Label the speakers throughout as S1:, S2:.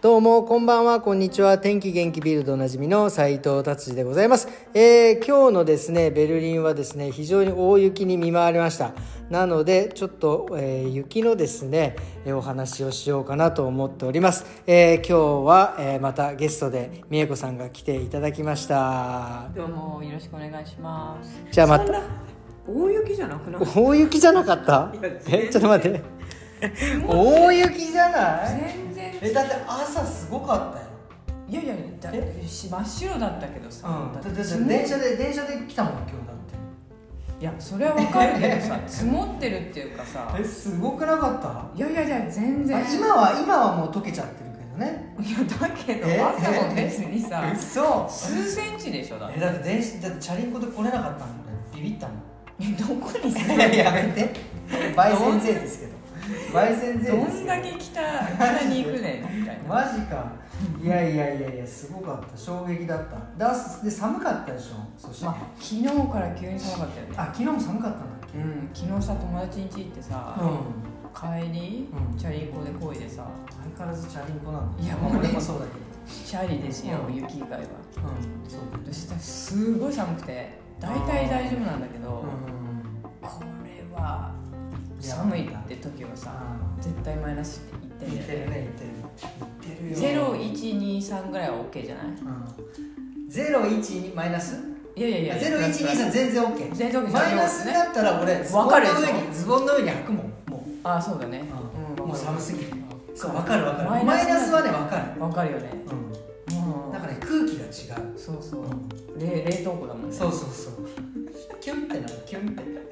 S1: どうも、こんばんは、こんにちは。天気元気ビルドおなじみの斉藤達治でございます。えー、今日のですね、ベルリンはですね、非常に大雪に見舞われました。なので、ちょっと、えー、雪のですね、えー、お話をしようかなと思っております。えー、今日は、えー、またゲストで、美恵子さんが来ていただきました。
S2: どうも、よろしくお願いします。
S1: じゃあまた。
S2: 大雪じゃなくな
S1: 大雪じゃなかったえ、ちょっと待って。大雪じゃない
S2: 全然
S1: えだって朝すごかったよ
S2: いやいやだ真っ白だったけどさ、
S1: うん、電車で電車で来たもん今日だ
S2: っていやそれはわかるけどさ積もってるっていうかさ
S1: えすごくなかった
S2: いやいやいや全然
S1: 今は今はもう溶けちゃってるけどね
S2: いやだけど朝も別にさ
S1: そう
S2: 数センチでしょだ
S1: ってだって電車だってチャリンコで来れなかったもんビビ ったもん
S2: えどこに
S1: 住んやめて倍先生ですけど焙煎
S2: 税どんだけ北北に行くねみたいな
S1: マジかいやいやいやいやすごかった衝撃だっただで寒かったでしょそして、まあ、
S2: 昨日から急に寒かったよね
S1: あ昨日も寒かったんだっけ、
S2: うん、昨日さ友達ん家行ってさ、うん、帰り、うん、チャリンコでこいでさ
S1: 相変わらずチャリンコなん
S2: だいやもう
S1: 俺もそうだけど
S2: チャリですよ、うん、雪以外はうん
S1: そう
S2: そしたらすごい寒くて大体大丈夫なんだけど、これは寒いって時はさ絶対マイナスって言ってるよね
S1: 言ってる言ってる言ってるよ
S2: 0123ぐらいは OK じゃない、
S1: うん、012マイナス
S2: いやいやいや
S1: 0123全然 OK
S2: 全然 OK
S1: マイナスだったら俺
S2: 分かる
S1: ズボンの上に履くもんもう
S2: ああそうだね、
S1: うん、もう寒すぎてそう分かる分かるマイナスはね分かる
S2: 分かるよね、
S1: うん、だから、ね、空気が違う
S2: そうそう、冷冷凍庫だもんね
S1: そうそうそうキュンってなるキュンって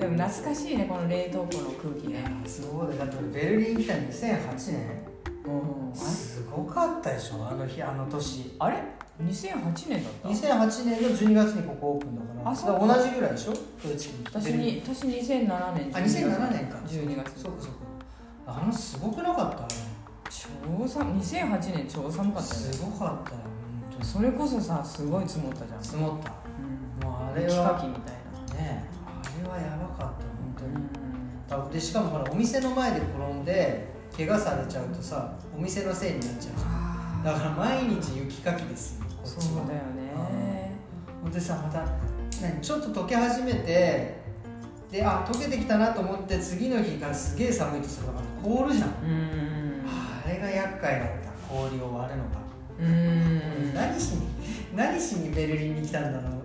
S2: でも懐かしいねこの冷凍庫の空気ね
S1: そうだだってベルリン来た2008年うんすごかったでしょあの日あの年
S2: あれ2008年だった
S1: 2008年の12月にここオープンだからあそうか同じぐらいでしょ
S2: 私に私2007年
S1: あ2007年か
S2: 12月
S1: そうかそうかあのすごくなかった
S2: 超寒2008年超寒かった
S1: すごかったよ
S2: 本当それこそさすごい積もったじゃん
S1: 積もった
S2: あれはみたい
S1: なねあれはやばかった本当に、うん、でしかもほらお店の前で転んで怪我されちゃうとさお店のせいになっちゃうだから毎日雪かきですよ
S2: そうだよね
S1: ほんでさまた何ちょっと溶け始めてであ溶けてきたなと思って次の日がすげえ寒いとそれがまた凍るじゃんあれが厄介だった氷を割るのが
S2: うん
S1: 何しに何しにベルリンに来たんだろう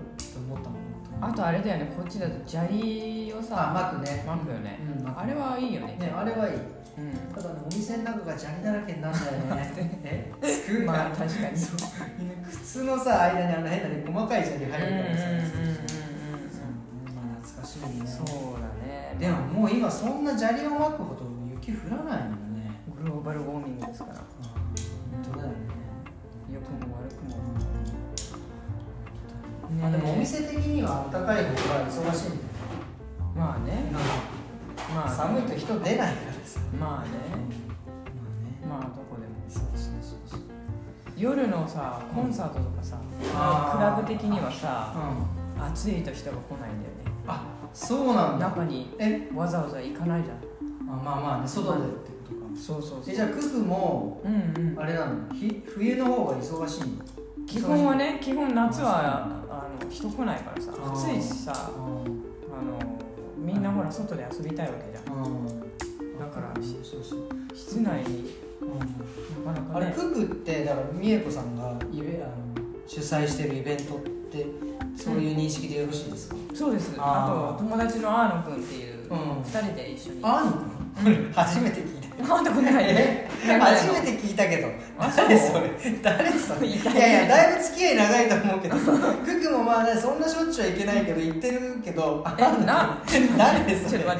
S2: あとあれだよねこっちだと砂利をさ
S1: 巻くね
S2: 巻くよね、うん、あれはいいよね
S1: ねあれはいい、うん、ただねお店の中が砂利だらけになるんだよねえ
S2: 作る まあ確かに
S1: そう靴のさ間にあの変なね細かい砂利入るからさまあ懐かしいね
S2: そうだね
S1: でももう今そんな砂利を巻くほど雪降らないもんね
S2: グローバルウォーミングですから本
S1: 当だよね
S2: 良くも悪くも、
S1: まあ、でもお店的には暖かい方が忙しいんだよ
S2: まあね、
S1: まあ、寒いと人出ないからさ
S2: まあねまあどこでもそうそうそう夜のさコンサートとかさ、クラブ的にはさ、暑いと人が来ないんだよね
S1: あそうなんだ
S2: 中にえわざわざ行かないじゃん
S1: あまあまあね外でってことか
S2: そうそうそう
S1: えじゃあクフも、うんうん、あれなのひ冬の方が忙しいんだ
S2: 基本はね基本夏はあの人来ないからさ暑いしさあのみんなほら外で遊びたいわけじゃんだから室内になかなか
S1: ねあれククってだから美恵子さんがイベあの主催してるイベントってそういう認識でよろしいですか、
S2: そうですあと友達のアーノ君っていう2人で一緒に
S1: アーノ君初めて聞いた
S2: 飲んだことないね
S1: 初めて聞いたけど誰それ誰それいやいやだいぶ付き合い長いと思うけどさククもまあねそんなしょっちゅうはいけないけど言ってるけど
S2: えな
S1: 誰それ誰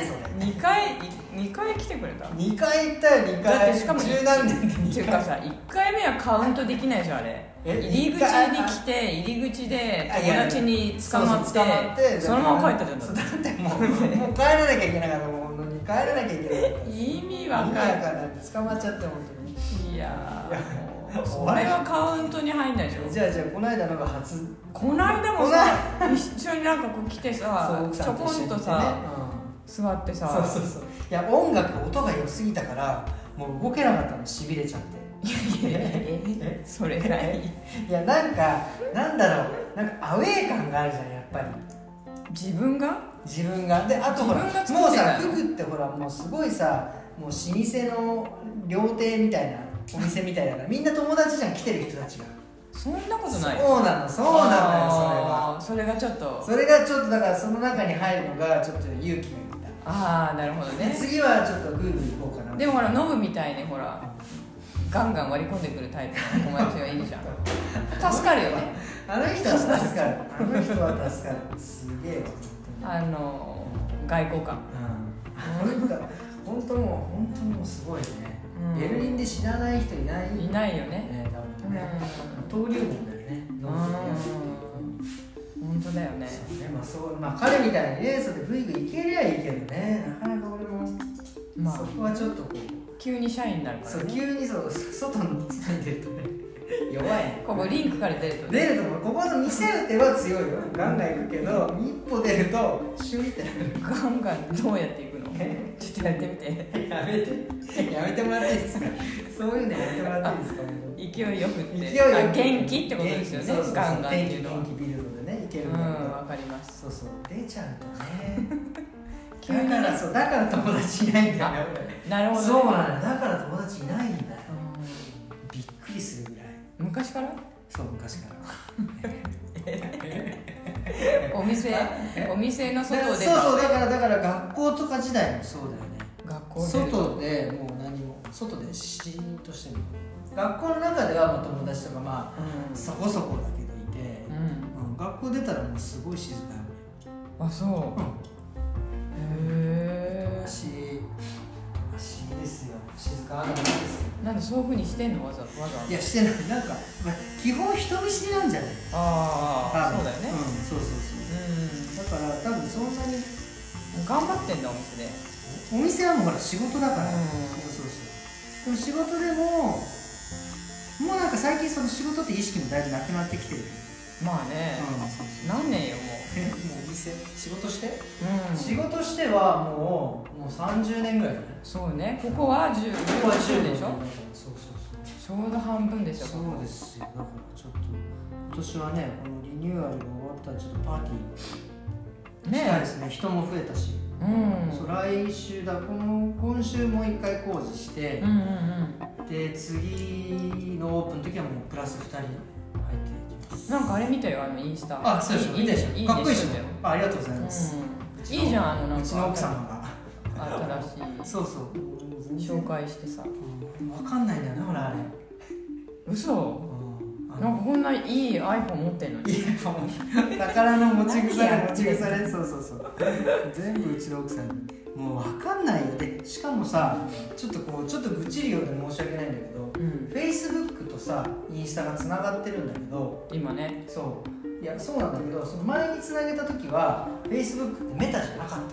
S1: それ
S2: 2回2回来てくれた
S1: 2回行ったよ2回
S2: だってしかも
S1: 十何年で2回
S2: っていうかさ1回目はカウントできないじゃんあれ入り口に来て入り口で友達に捕まってそのまま帰ったじゃんだ
S1: ってもうもう帰らなきゃいけなかったもん帰らなきゃいけない
S2: 意味わかんない
S1: 捕まっちゃって本
S2: 当にいやそれはカウントに入んないでしょ
S1: じゃあじゃあこの間のが初
S2: この間もさ一緒になんかこう来てさちょこんとさ座ってさ
S1: そうそうそういや音楽音が良すぎたからもう動けなかったのしびれちゃって
S2: いやいやいやそれぐらい
S1: いやなんかなんだろうなんかアウェー感があるじゃんやっぱり
S2: 自分が
S1: 自分がであとほらもう
S2: 自分が作って
S1: さ
S2: ない
S1: フグってほらもうすごいさもう老舗の料亭みたいなお店みたいだ からみんな友達じゃん来てる人たちが
S2: そんなことない
S1: そうなのそうなんだよそれは
S2: あーそれがちょっと
S1: それがちょっとだからその中に入るのがちょっと勇気がいっ
S2: ああなるほど
S1: た、
S2: ね
S1: 次はちょっとグーグー行こうかな
S2: でもほらノブみたいにほらガンガン割り込んでくるタイプの友達がいいじゃん助かるよね
S1: あの人は助かるあの人は助か るすげえわ
S2: あの外交官
S1: 本当にうんあの人は本当もう本当もうすごいね、
S2: うん
S1: ベルリンで知らない人いない
S2: いないよね
S1: ね多
S2: う
S1: 分
S2: ん
S1: ね、登竜門だよね
S2: うん本当だよね
S1: そうねまあそうまあ彼みたいにねそれでグイグイいけりゃいいけどねなかなか俺も、
S2: まあ
S1: そこはちょっとこう
S2: 急に社員になるから
S1: そう
S2: ね
S1: 急にそう外に外に出るとね 弱いね
S2: ここリンクから出るとね
S1: 出るとこここの店打ては強いよガンガン行くけど一歩出るとシュンってなる
S2: ガンガンどうやっていくの
S1: え
S2: ちょっとやってみて
S1: やめてやめてもらっていいですかそういうのやめてもらっていいですか
S2: 勢いよくって
S1: 勢いよく
S2: あ元気ってことですよね
S1: 元気そうそうそう
S2: ガンガンっていうのは
S1: 元気元気ビルドでねいけ
S2: う
S1: るん
S2: ん
S1: だけど、
S2: わかります
S1: そうそう出ちゃうとね
S2: 急に
S1: だからそうだから友達いないんだよね
S2: なる
S1: 俺
S2: ほどね
S1: そうなんだよだから友達いないんだよ
S2: う
S1: びっくりするぐらい
S2: ん昔から
S1: そう昔から
S2: お店お店の
S1: だから
S2: 外で
S1: そうそうだからだから学校とか時代もそうだよね
S2: 学校で
S1: 外でもう何も外でシーンとしてる学校の中ではまあ友達とかまあそこそこだけどいて、
S2: うん、うん、
S1: うん、学校出たらもうすごい静かよ
S2: あそう
S1: ね
S2: へ
S1: ら
S2: え
S1: しいらしいですよ静かなんですよ
S2: なんでそういうふうにしてんのわざわざ
S1: いやしてないなんかまあ基本人見知りなんじゃない
S2: ああそうだよね
S1: うんそうそうそううだから多分そんなに
S2: ん頑張ってんだお店で
S1: お店はもうほら仕事だから、
S2: うん
S1: そうそうそうでも仕事でももうなんか最近その仕事って意識もだいぶなくなってきてる、
S2: まあね、
S1: うんそうそう
S2: 何年よも
S1: えもうお店仕事して、
S2: う、うん、
S1: 仕事してはもうもう30年ぐらいだね
S2: そうねここは10ここは10でし
S1: そうそう
S2: ょ
S1: そう
S2: ちょうど半分でしょこ
S1: そうですよだからちょっと今年はねこのリニューアルが終わったらちょっとパーティー
S2: こ
S1: したいで
S2: ね
S1: すね人も増えたし、
S2: うん
S1: そう来週だこの今週もう一回工事して
S2: うんう、んうん
S1: で次のオープンの時はもうプラス2人入っていきます
S2: なんかあれ見たよあのインスタいい
S1: 見た
S2: いい
S1: かっこいいでし
S2: ね
S1: ょあありがとうございます、
S2: うんいいじゃんあのなん
S1: う
S2: か
S1: ちの奥様が
S2: 新し
S1: そうそう
S2: い紹介してさ
S1: わかんないんだよねほらあれ、
S2: 嘘
S1: うん、あ
S2: な
S1: の
S2: んかこんないい iPhone 持ってんの
S1: い
S2: に
S1: やもう宝の持ち腐
S2: 何や
S1: れ持ち腐れそうそうそう全部うちの奥さんにもうわかんないよでしかもさちょっとこうちょっと愚痴るようで申し訳ないんだけど
S2: うん、
S1: フェイスブックとさインスタがつながってるんだけど
S2: 今ね
S1: そういやそうなんだけどその前につなげた時はフェイスブックってメタじゃなかったのよ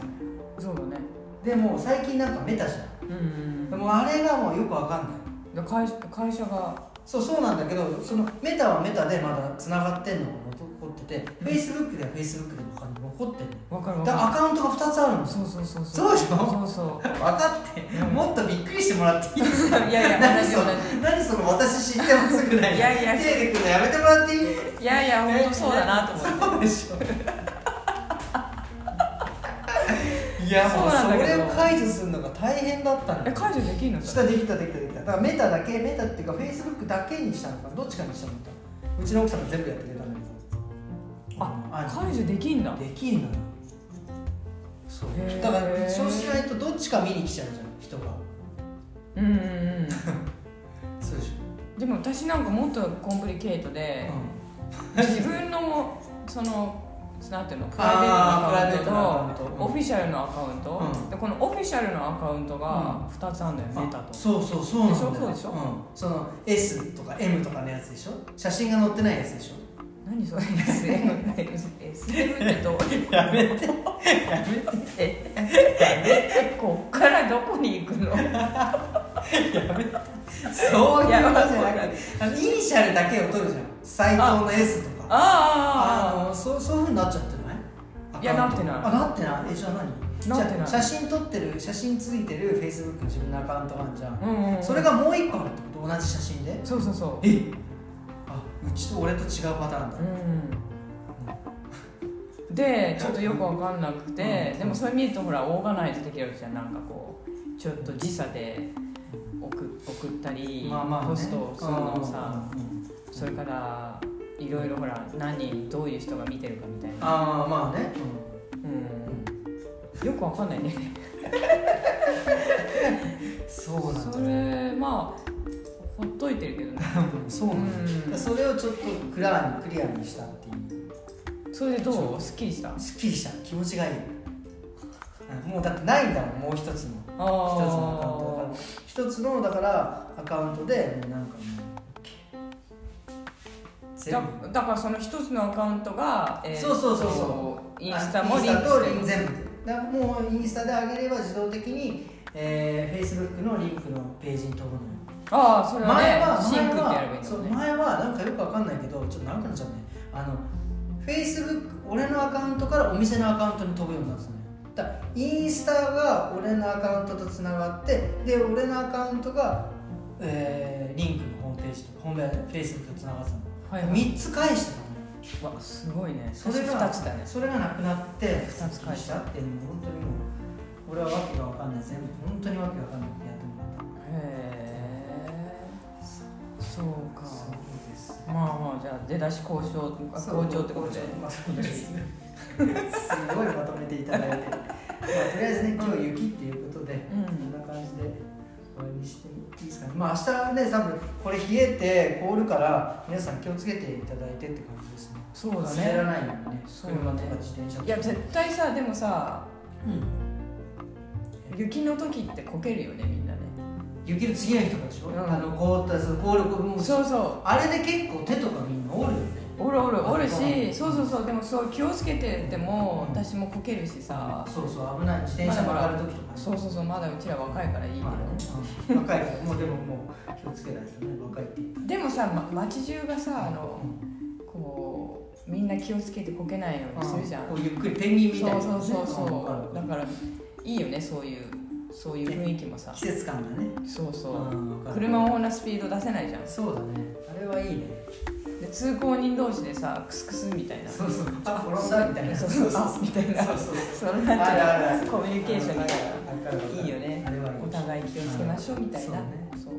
S2: そうだね
S1: でも最近なんかメタじゃん
S2: うんうん
S1: でもあれがもうよくわかんない
S2: うん会社会社が
S1: そうそうなんだけどそのメタはメタでまだつながってんのが残ってて
S2: うん
S1: フェイスブックではフェイスブックでも残ってんのよ
S2: わかるわ
S1: だからア
S2: か
S1: カウントが2つあるん
S2: る
S1: です
S2: そうそうそう
S1: そうでしょ
S2: そうそ
S1: 分かって
S2: うん
S1: もっとびっくりしてもらっていいです
S2: ういやいや
S1: 何
S2: 同じ
S1: そ
S2: 同
S1: の何その私知ってますぐらい
S2: いやいや
S1: 手でくるのやめてもらっていい
S2: じいやいや本当そうだなと思って
S1: そうでしょいやもう
S2: そうな
S1: そ
S2: んだけど
S1: れを解除するのが大変だったの
S2: え解除できるのそ
S1: 下
S2: れ
S1: できたできたできただからメタだけメタっていうかフェイスブックだけにしたのかどっちかにしたのかうちの奥さんが全部やってくれたんだけど
S2: あ解除できんだ
S1: できんのよそう
S2: へー
S1: だからそうしないとどっちか見に来ちゃうじゃん人が
S2: うんうんうん
S1: そうでし
S2: でも私なんかもっとコンプリケート
S1: ょ、
S2: で
S1: うん
S2: 自分のそのなんていうのプ
S1: あ
S2: ラ
S1: ー
S2: イベートのアカウン
S1: プ
S2: ト
S1: ライベートのアカウント
S2: とオフィシャルのアカウント、
S1: うん
S2: でこのオフィシャルのアカウントが2つあるんだよ、メタ
S1: あ
S2: と
S1: そうそうそうなんだよ
S2: でしょそうでしょ
S1: ん、その S とか M とかのやつでしょ写真が載ってないやつでしょ
S2: 何それ SM って SM ってどう
S1: やめて
S2: こっからどこに行くの
S1: そういうのじゃな
S2: やば
S1: く
S2: い
S1: てあのイニシャルだけを取るじゃん斎藤の S とかあ
S2: あ
S1: のそうそういうふうになっちゃってない
S2: いやなってない
S1: あなってないえじゃあ何
S2: なってない
S1: 写真撮ってる写真ついてるフェイスブックの自分のアカウントがあるじゃん、
S2: うんうんうん
S1: それがもう一個あるってこと同じ写真で
S2: そうそうそう
S1: えあうちと俺と違うパターンだ、
S2: うんでちょっとよくわかんなくて、
S1: うん
S2: でもそれ見るとほらオーガナイズできるじゃんなんかこうちょっと時差で送送ったり、
S1: まあまあ、ね、
S2: ポストをするのもさ、
S1: うんうんうん
S2: それからいろいろほら何人どういう人が見てるかみたいな、
S1: ああまあね、
S2: うん、よくわかんないね
S1: そうなんだ
S2: それまあほっといてるけどね、
S1: そうなんだ、
S2: うん
S1: それをちょっとクラーにクリアにしたっていう
S2: それでどうすっきりした
S1: すっきりした気持ちがいいうんもうだってないんだもんもう一つの
S2: あ
S1: 一つのアカウントだから一つのだ
S2: あ
S1: からアカウントでもうなんかもう全
S2: だ
S1: 部
S2: だからその一つのアカウントが、え
S1: そうそうそうそ
S2: インスタも
S1: あイン
S2: リン
S1: ス
S2: ク
S1: タとリ
S2: し
S1: ン
S2: て
S1: ク全部だからもうインスタで上げれば自動的に、えー、Facebook のリンクのページに飛ぶのよ
S2: ああそれはね
S1: 前は
S2: シンクってやればいい
S1: そ
S2: の
S1: う
S2: ね
S1: 前はなんかよくわかんないけどちょっと長くなっちゃうねあの Facebook 俺のアカウントからお店のアカウントに飛ぶようになったんですねだからインスタが俺のアカウントとつながってで俺のアカウントが、えーリンクのホームページとホームページ Facebook とつながってたの、
S2: は
S1: はい
S2: はい
S1: 3つ返してたの
S2: わすごいね
S1: そ
S2: そ
S1: れ
S2: れ
S1: が
S2: 2つだね
S1: それがなくなって
S2: 二つ返した
S1: ってもう本当にもう俺はわけがわかんない全部本当にわけがわかんないやってもらった
S2: へえそうか
S1: うです
S2: まあまあじゃあ出だし交渉あ
S1: そう
S2: 校長ってことで
S1: まとめてすねすごいまとめていただいて、まあ、とりあえずね今日雪っていうことで、
S2: うん
S1: こんな感じで終わりにしていいですかねまあ明日ね多分これ冷えて凍るから皆さん気をつけていただいてって感じですね
S2: そうだ
S1: 滑ら
S2: ね
S1: ないようにね
S2: そうだね
S1: 車とか自転車とか
S2: いや絶対さでもさ
S1: うん
S2: 雪の時ってこけるよねみんなね
S1: 雪の次の日とかでしょ、
S2: うん
S1: あの凍ったその凍るもう
S2: そうそう
S1: あれで結構手とかみんな折るよね
S2: おるおるおる
S1: あそう
S2: しそうそうそうでもそう気をつけてても私もこけるしさ
S1: そうそう危ない自転車曲がる時とかね
S2: そうそうそうまだうちら若いからいいけど、
S1: まあねうん若いからもうでももう気をつけないとね若いって言った
S2: でもさ、ま、街中がさあ
S1: ら
S2: のこうみんな気をつけてこけないようにするじゃん、
S1: こうゆっくりペンギンみたい
S2: そ
S1: な
S2: うそうそう
S1: わかる
S2: そ
S1: わ
S2: う
S1: か
S2: だ
S1: る
S2: からいいよねそういうそういう雰囲気もさ
S1: 季節感がね
S2: そうそう
S1: うんわかる
S2: 車もこんなスピード出せないじゃん
S1: そうだねあれはいいね
S2: で通行人同士でさクスクスみたいな
S1: そうそうあ転んだみたいな
S2: そうそうそうみたいな
S1: そうそう
S2: そのなんていうの
S1: あるある
S2: コミュニケーションみたいな
S1: わかるわかる
S2: いいよね
S1: あれはいい
S2: お互い気をつけましょうみたいな、
S1: うん
S2: そう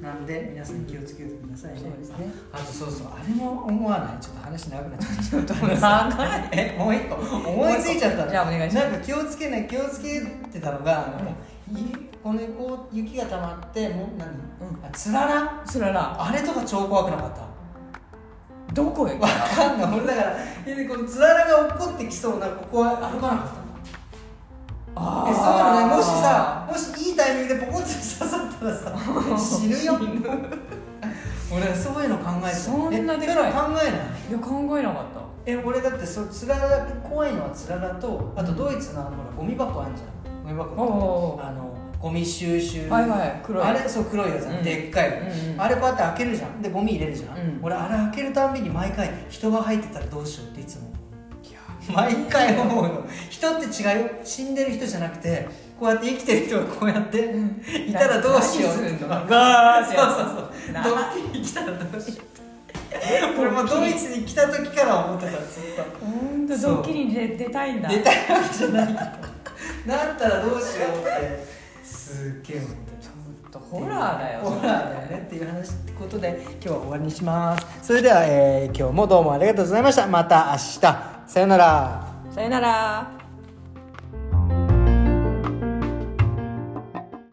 S1: なんで皆さん気をつけてくださいね
S2: そうですね
S1: あとそうそうあれも思わないちょっと話長くなっちゃった
S2: ちょっと長 い
S1: えもう一個思いついちゃったの
S2: じゃあお願いします
S1: なんか気をつけない気をつけてたのがあのいこのこう雪が溜まってもう何、
S2: う
S1: あつらら
S2: そらら
S1: あれとか超怖くなかった
S2: どこへ
S1: わかんない俺だからえこのつららが起こってきそうなここは歩かなかった
S2: あ
S1: えそうだねもしさもしいいタイミングでポコッと刺さったらさ死ぬよ俺そういうの考えてた
S2: そんなでかい
S1: えそういうの考えない
S2: いや考えなかった
S1: え俺だってそつらら怖いのはつららとあとドイツのあのほらゴミ箱あるじゃんゴミ
S2: おうおうお
S1: 箱
S2: う
S1: あのゴミ収集
S2: はいはい黒い
S1: あれそう黒いやつ、
S2: うん
S1: でっかい、
S2: うんうん
S1: あれこうやって開けるじゃんでゴミ入れるじゃん、
S2: うん
S1: 俺あれ開けるたんびに毎回人が入ってたらどうしようっていつも 毎回思うの人って違うよ死んでる人じゃなくてこうやって生きてる人がこうやっていたらどうしようって
S2: 何すんの
S1: ガーって
S2: やつ
S1: そうそう
S2: な
S1: そうドイツに来たらどうしよう 俺もドイツに来た時から思ってたずっと
S2: 本当
S1: そう
S2: ドッキリに出出たいんだ
S1: 出たいわけじゃないけど なったらどうしようってすっげえ思って
S2: ちょっとホラーだよ
S1: ホラーだよねっていう話ってことで今日は終わりにしますそれでは、えー今日もどうもありがとうございましたまた明日さよなら
S2: さよなら